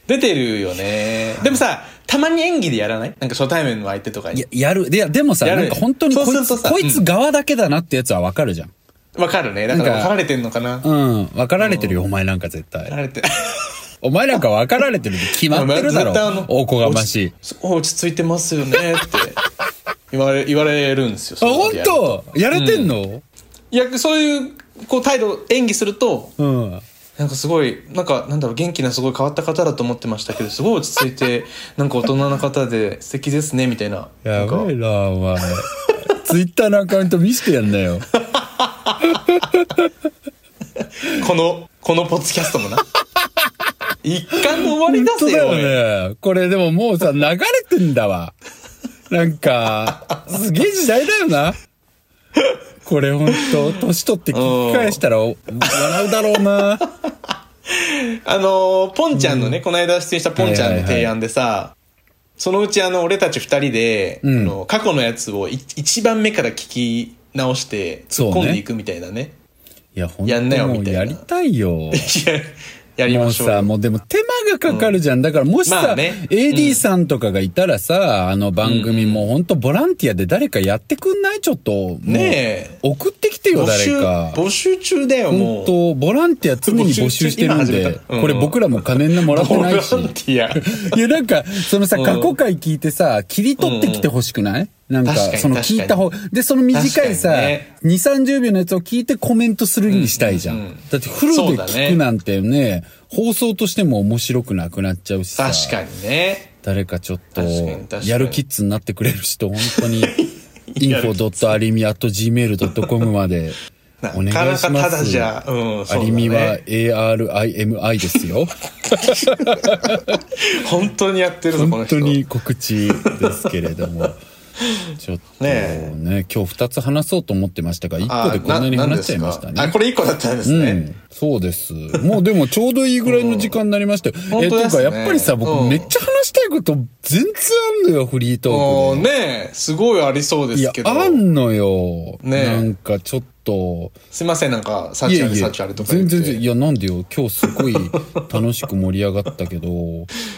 A: 出てるよねでもさたまに演技でやらないなんか初対面の相手とか
B: い
A: に
B: や、やる。で、やでもさ、
A: や
B: な
A: る
B: んか本当にこ
A: そ
B: いう
A: する
B: つ、
A: とさ
B: こいつ側だけだなってやつはわかるじゃん。
A: わかるねだから
B: なんか
A: 分かられてんのかな分
B: うん。わかられてるよ、お前なんか絶対。
A: かられて
B: お前なんかわかられてるって決まってるだ
A: 絶対あの
B: ろ。おこがましい。
A: 落ち落ち着いてますよねって言われ言われるんですよ
B: あ、
A: その
B: 本
A: 時
B: 当やれてんの
A: いやそういうこう態度演技すると
B: うん。
A: なんかすごいなんかなんだろう元気なすごい変わった方だと思ってましたけどすごい落ち着いて なんか大人な方で素敵ですねみたいな
B: や
A: なんか
B: ばいな、お前。ツイッターのアカウント見せてやんなよ。
A: このこのポッドキャストもな一貫の終わり
B: 本
A: だ
B: 当
A: ぜ
B: だ
A: よ、
B: よね。これでももうさ、流れてんだわ。なんか、すげえ時代だよな。これほんと、年取って聞き返したらお笑うだろうな。
A: あのーポンちゃんのね、この間出演したポンちゃんの提案でさ、そのうちあの俺たち二人で、
B: うん
A: あの過去のやつをい一番目から聞き直して
B: そ
A: 突
B: う
A: っ
B: ね
A: 込んでいくみたいなね
B: いや、ほん
A: や
B: と
A: んなよ
B: も
A: み
B: う
A: たいな
B: やりたいよ。
A: やり
B: も
A: ま
B: う
A: しょう
B: さ、
A: よ
B: もうでも手間がかかるじゃん。だからもしさ、
A: まあね
B: AD さんとかがいたらさ、あの番組もうほんとボランティアで誰かやってくんないちょっと。もう
A: ねえ
B: 送ってきてよ、
A: 募
B: 誰
A: 集
B: か。
A: 募集中だよも
B: 本
A: う
B: 当ボランティア常に募集してるん
A: 募集中今
B: で
A: 始め、たうん
B: これ僕らも金もらって
A: ボ
B: な
A: ラン
B: い
A: テ
B: し。
A: ィア
B: いや、なんか、そのさ、
A: うん
B: 過去回聞いてさ、切り取ってきてほしくないなんか、
A: 確かに
B: その聞いた方、で、その短いさ、
A: 確かにね
B: 2、30秒のやつを聞いてコメントするにしたいじゃん。
A: うんうんうん
B: だってフルで
A: そうだ
B: 聞
A: ね
B: くなんてね、放送としても面白くなくなっちゃうしさ、
A: 確かにね
B: 誰かちょっと
A: 確かに確か、に
B: やるキッズになってくれる人、本当 に、info.arimi.gmail.com まで
A: な、
B: お願いし
A: か
B: ま
A: な
B: す。
A: かただじゃうんそう
B: ア
A: だね
B: リミは ARIMI です よ。
A: 本当にやってるぞこ
B: 本
A: の
B: 当
A: 人
B: に告知ですけれど も。ちょっとね
A: ね
B: 今日2つ話そうと思ってましたが、1個でこんなに
A: あ
B: 話しちゃいました
A: なんですかあ
B: ね。
A: これ一個だったんです
B: う
A: ね、
B: ん、そうです。もうでもちょうどいいぐらいの時間になりましたよ。
A: ん
B: え、
A: 本当
B: ていう
A: で
B: か
A: すね
B: やっぱりさ、僕
A: うん
B: めっちゃ話したいこと全然あんのよ、フリートー
A: も
B: ク
A: う
B: で。
A: ねすごいありそうで
B: いや
A: すけ、ど
B: あんのよ。
A: ねえ
B: なんかちょっと。
A: すいませんなんかサー
B: い
A: チ
B: や
A: あれ
B: い
A: サ
B: や
A: ーチあれとか言っ
B: 全然
A: て
B: 全然いやなんでよ今日すごい楽しく盛り上がったけど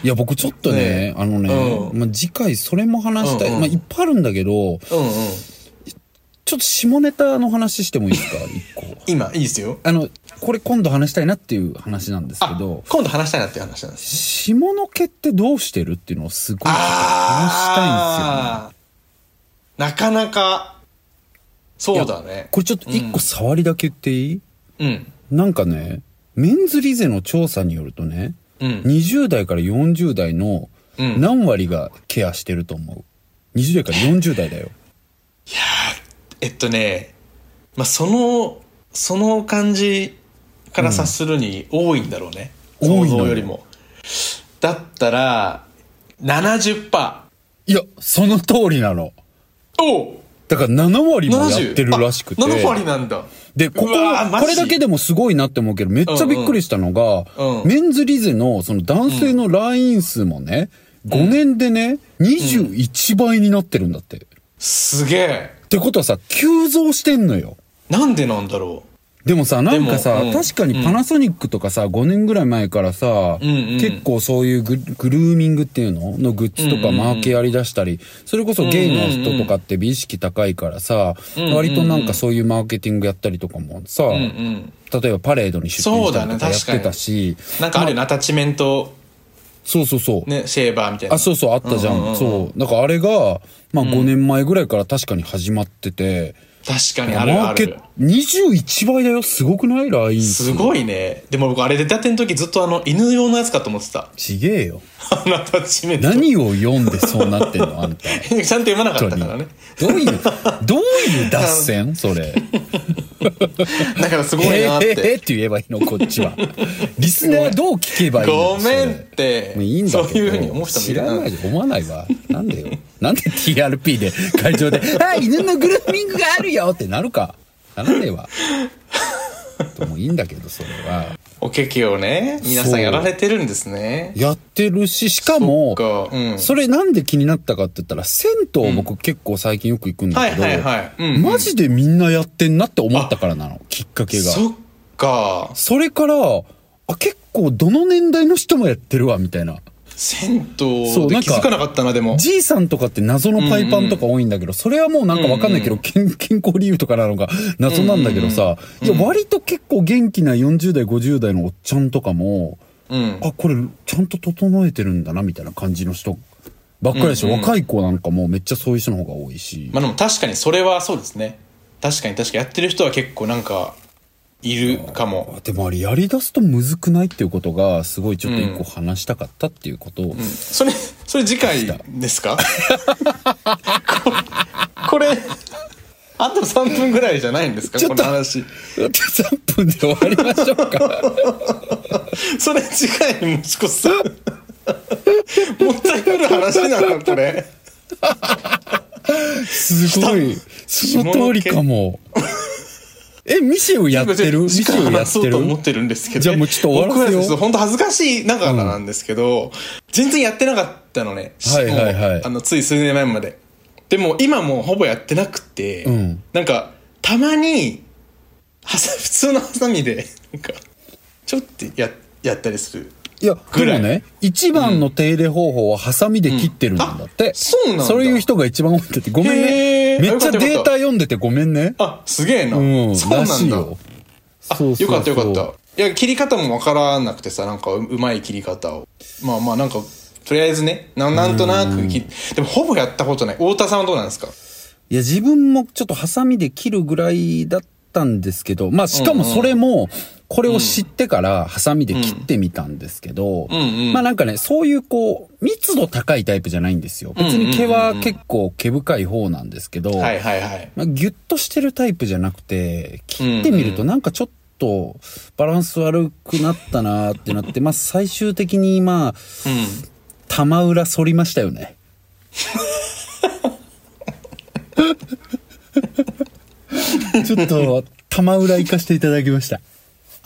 B: いや僕ちょっとね
A: ね
B: あのね、
A: うん
B: まあ、次回それも話したい、
A: うんうん
B: まあ、いっぱいあるんだけど
A: うんうん
B: ちょっと下ネタの話してもいい ですか一個
A: 今いいですよ
B: あのこれ今度話したいなっていう話なんですけ
A: あ
B: ど
A: 今度話したいなっていう話なんです
B: 下の毛ってどうしてるっていうのをすごい話したいんですよ、ね、
A: ああなかなかそうだね
B: これちょっと一個触りだけ言っていい、
A: うん
B: なんかねメンズリゼの調査によるとね
A: うん
B: 20代から40代の
A: うん
B: 何割がケアしてると思う ?20 代から40代だよ。
A: えっとねまあそのその感じから察するに多いんだろうね、
B: うん多
A: 想
B: いんだろう
A: 像よりもだったら70%
B: いや、その通りなの。
A: おお
B: だから7割もやってるらしくて。
A: 7割なんだ
B: で、ここ、
A: うわーマジ
B: これだけでもすごいなって思うけど、めっちゃびっくりしたのが、
A: うんうん
B: メンズリゼのその男性の来院数もね、5年でね、21倍になってるんだって。っ
A: すげえ
B: てことはさ、急増してんのよ。
A: なんでなんだろ
B: でもさ、なんかさ、
A: でもうん
B: 確かにパナソニックとかさ、5年ぐらい前からさ、
A: んうん
B: 結構そういうググルーミングっていうののグッズとか
A: うんうんうん
B: マーケやり出したり、それこそゲイの人とかって美意識高いからさ、割となんかそういうマーケティングやったりとかもさ、
A: ううんうん
B: 例えばパレードに出店したりとかやってたし、
A: なんかあるよねアタッチメント
B: そうそうそう。
A: ねシェーバーみたいな
B: あ、そうそう、あったじゃん。
A: うんうんうん
B: そう。だからあれが、まあ5年前ぐらいから確かに始まってて、
A: 確かにある
B: マ
A: あ
B: ーケ
A: る
B: ット21倍だよ。すごくないライン。
A: すごいねでも僕あれ出たての時ずっとあの犬用のやつかと思ってた
B: ちげえよ。
A: アナタッチメント。
B: 何を読んでそうなってんのあんた。
A: ちゃんと読まなかったからね。
B: どういう、どういう脱線それ。
A: だからすごい
B: え
A: なっ
B: ー、えー、えー
A: て。
B: って言えばいいの、こっちは。リスナーはどう聞けばいいの
A: ごめんっ
B: それ
A: て。
B: もういいんだけ
A: そ
B: ど
A: ういうふうに思う人もい
B: 知
A: る
B: らないで思わないわなんでよなんで TRP で会場で「あ犬のグルーミングがあるよ!」ってなるかならねえわともいいんだけどそれは
A: おけけをね、皆さんやられてるんですね。
B: やってるししかも
A: そっかうん
B: それなんで気になったかって言ったら銭湯僕結構最近よく行くんだけど、
A: はいはいはいうんうん
B: マジでみんなやってんなって思ったからなのきっかけが
A: そっか。
B: それからあ結構どの年代の人もやってるわみたいな
A: 銭
B: そ
A: 湯
B: うな
A: で
B: ん
A: 気
B: か
A: づかなかったな、でも。
B: じいさんとかって謎のパイパンとか多いんだけど、それはもうなんかわかん ないけど、健健康理由とかなのか謎なんだけどさ、いや、割と結構元気な40代、50代のおっちゃんとかも、
A: うん。
B: あ、これちゃんと整えてるんだな、みたいな感じの人ばっかりでしょ、若い子なんかもうめっちゃそういう人の方が多いし。
A: まあでも確かにそれはそうですね。確かに確かにやってる人は結構なんか、いるかも。
B: でもあれやり出すとむずくないっていうことがすごいちょっと一個話したかったっていうことを、
A: それ、それ次回で すかこれ、これあと3分ぐらいじゃないんですか
B: ちょ
A: こ
B: っと
A: の話。
B: 3分で終わりましょう か
A: それ次回に持ち越す。 もったいある話なのこれ。
B: すごい。その通りかも。え、ミシェウやってるミシ
A: 次
B: ェ
A: 回
B: ウや
A: 話
B: って
A: そうと思
B: る
A: ってるんですけど、
B: じゃあもうちょっと終わらせよう
A: 僕はですね本当恥ずかしいながらなんですけど、全然やってなかったのね。
B: はいはいはい
A: もうあの、つい数年前まで。でも今もうほぼやってなくて、
B: ん
A: なんか、たまに、はさ、 普通のハサミで、なんか、ちょっとや、やったりする。
B: いや、
A: ぐ
B: で
A: らい
B: もね、一番の手入れ方法はハサミで切ってるんだって。
A: あそうなんだ
B: そういう人が一番多いんだって。ごめんね。
A: へー
B: めっちゃ
A: よかった
B: デ
A: よか
B: ー
A: った
B: タ読んでてごめんね。
A: あ、すげえな。
B: うん、
A: そうな
B: ら
A: んだ。
B: しいよ。
A: あ
B: そうそうそう
A: よかったよかったいや切り方もわからなくてさなんかううまい切り方をまあまあなんかとりあえずねななんとなく切でもほぼやったことない太田さんはどうなんですか
B: いや、自分もちょっとハサミで切るぐらいだったんですけど、まあ、しかもそれも、これを知ってから、ハサミで切ってみたんですけど、
A: んうん
B: まあなんかね、そういうこう、密度高いタイプじゃないんですよ。別に毛は結構毛深い方なんですけど、
A: はいはいはい
B: まあ、ギュッとしてるタイプじゃなくて、切ってみるとなんかちょっとバランス悪くなったなーってなって、まあ最終的にまあ、玉裏反りましたよね。ちょっと玉裏行かしていただきました。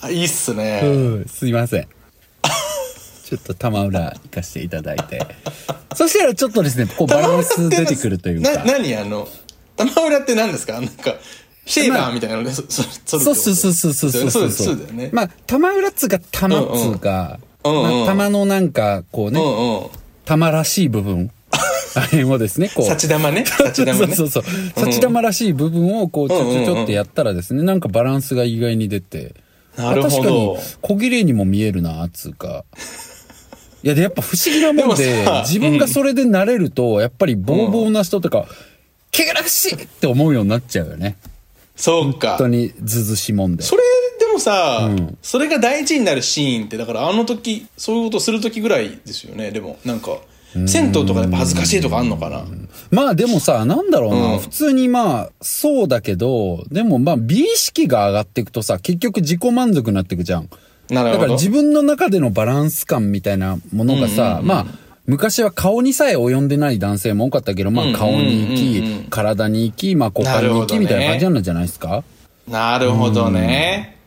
A: あいいっす
B: う
A: ね、
B: ん、すいません。ちょっと玉裏行かしていただいて。そしたらちょっとですね、こうバランス出てくるというか
A: な。何あの玉裏って何ですかなんかシェーバーみたいなので、そそそ
B: そうそうそうそうそうそう
A: そうそうだよね、
B: まあ、玉裏っつうか、玉っつうか、
A: うんうんうんうん
B: まあ玉のなんか、こう
A: う
B: ね、
A: んうん
B: 玉らしい部 分。あれもですね、こう。
A: 幸玉ね幸玉ね
B: そうそうそう。サチ玉らしい部分をこうちょちょちょってやったらですね、なんかバランスが意外に出て。
A: なるほど
B: あ確かに小綺麗にも見えるな、つうか。いや、で、やっぱ不思議なもん
A: で
B: で
A: もさ、
B: 自分がそれで慣れると、やっぱりボーボーな人とか、けがらしいって思うようになっちゃうよね。
A: そうか
B: 本当にずずしもんで。
A: それでもさ、それが大事になるシーンってだからあの時そういうことする時ぐらいですよねでもなんか銭湯とかでやっぱ恥ずかしいとかあんのかな
B: まあでもさ、なんだろうな、
A: うん
B: 普通にまあ、そうだけど、でもまあ、美意識が上がっていくとさ、結局自己満足になっていくじゃん。
A: なる
B: だ
A: ほ
B: から
A: ど
B: 自分の中でのバランス感みたいなものがさ、まあ、昔は顔にさえ及んでない男性も多かったけど、まあ顔に行き、
A: うんうんうんうん
B: 体に行き、まあ股間に行きみたいな感じなんじゃないですか
A: なるほどね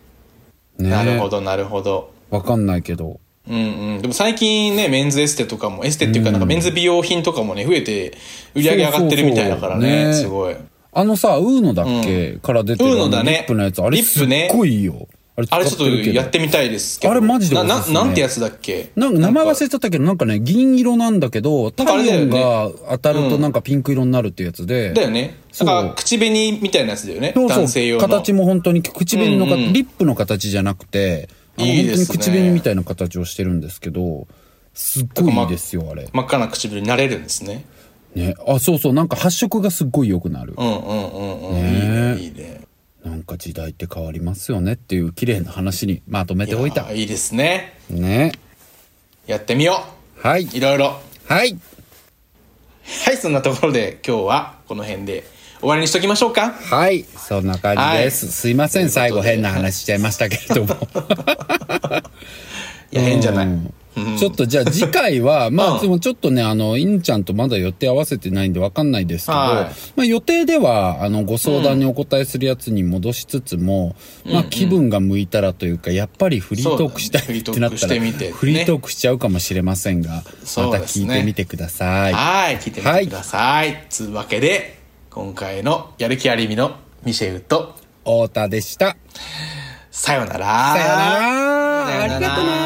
B: ね
A: なるほどなるほど
B: わかんないけど。
A: うんうん、でも最近ねメンズエステとかもエステっていうかなんかメンズ美容品とかもね増えて売り上げ上がってるみたいだから
B: そう
A: ね
B: そうそ
A: すごい
B: あのさ、ウーノだっけ、から出てる
A: ウーノだね
B: あのリップのやつ、あれ
A: リッ
B: す
A: プ
B: っ
A: ね
B: ごいいいよ。あれ使
A: あ
B: っ
A: れちょっと
B: てるけど
A: やってみたいですけど
B: あれマジでお
A: な
B: すすめ
A: ななんてやつだっけ
B: なんか名前忘れちゃったけど、なんかね、銀色なんだけど、太
A: かあれだよ
B: 陽
A: ね
B: が当たるとなんかピンク色になるっていうやつで。
A: だよね
B: そう
A: なんか口紅みたいなやつだよね
B: そう
A: 男性
B: そう。
A: 用の
B: 形も本当に唇のか、リップの形じゃなくて、あの
A: いい
B: 本
A: で
B: 当
A: すね
B: に口紅みたいな形をしてるんですけど、すっごいいいですよ、あれ。
A: 真っ赤な唇になれるんですね
B: ね。あ、そうそう。なんか発色がすっごい良くなる
A: う。んうんうんうん、
B: ねえ
A: いいねいいね
B: なんか時代って変わりますよねっていう綺麗な話にまとめておいた
A: や。いいですね
B: ね。
A: やってみよう
B: はい。
A: いろいろ。
B: はい。
A: はい、そんなところで今日はこの辺で終わりにしときましょうか。
B: はい。そんな感じです。
A: は
B: すいません。
A: という
B: 最
A: こと
B: 後
A: で
B: 変な話しちゃいましたけれども。
A: いや、変じゃない。
B: うんちょっとじゃあ次回 は、まあ、でもちょっとね、あの、インちゃんとまだ予定合わせてないんでわかんないですけど、
A: はい
B: まあ予定では、あの、ご相談にお答えするやつに戻しつつも、まあ気分が向いたらというか、やっぱりフリートークした
A: そうだ
B: い
A: ね
B: ってなったら、
A: フリートークしてみてね
B: フリートークしちゃうかもしれませんが、ま
A: そう
B: た
A: です
B: 聞
A: ね
B: いてみてください。
A: はい、聞いてみてください。つうわけで、今回のやる気ありみのミシェルと、
B: 太田でした。
A: さようなら。
B: さよなら。ありがとな。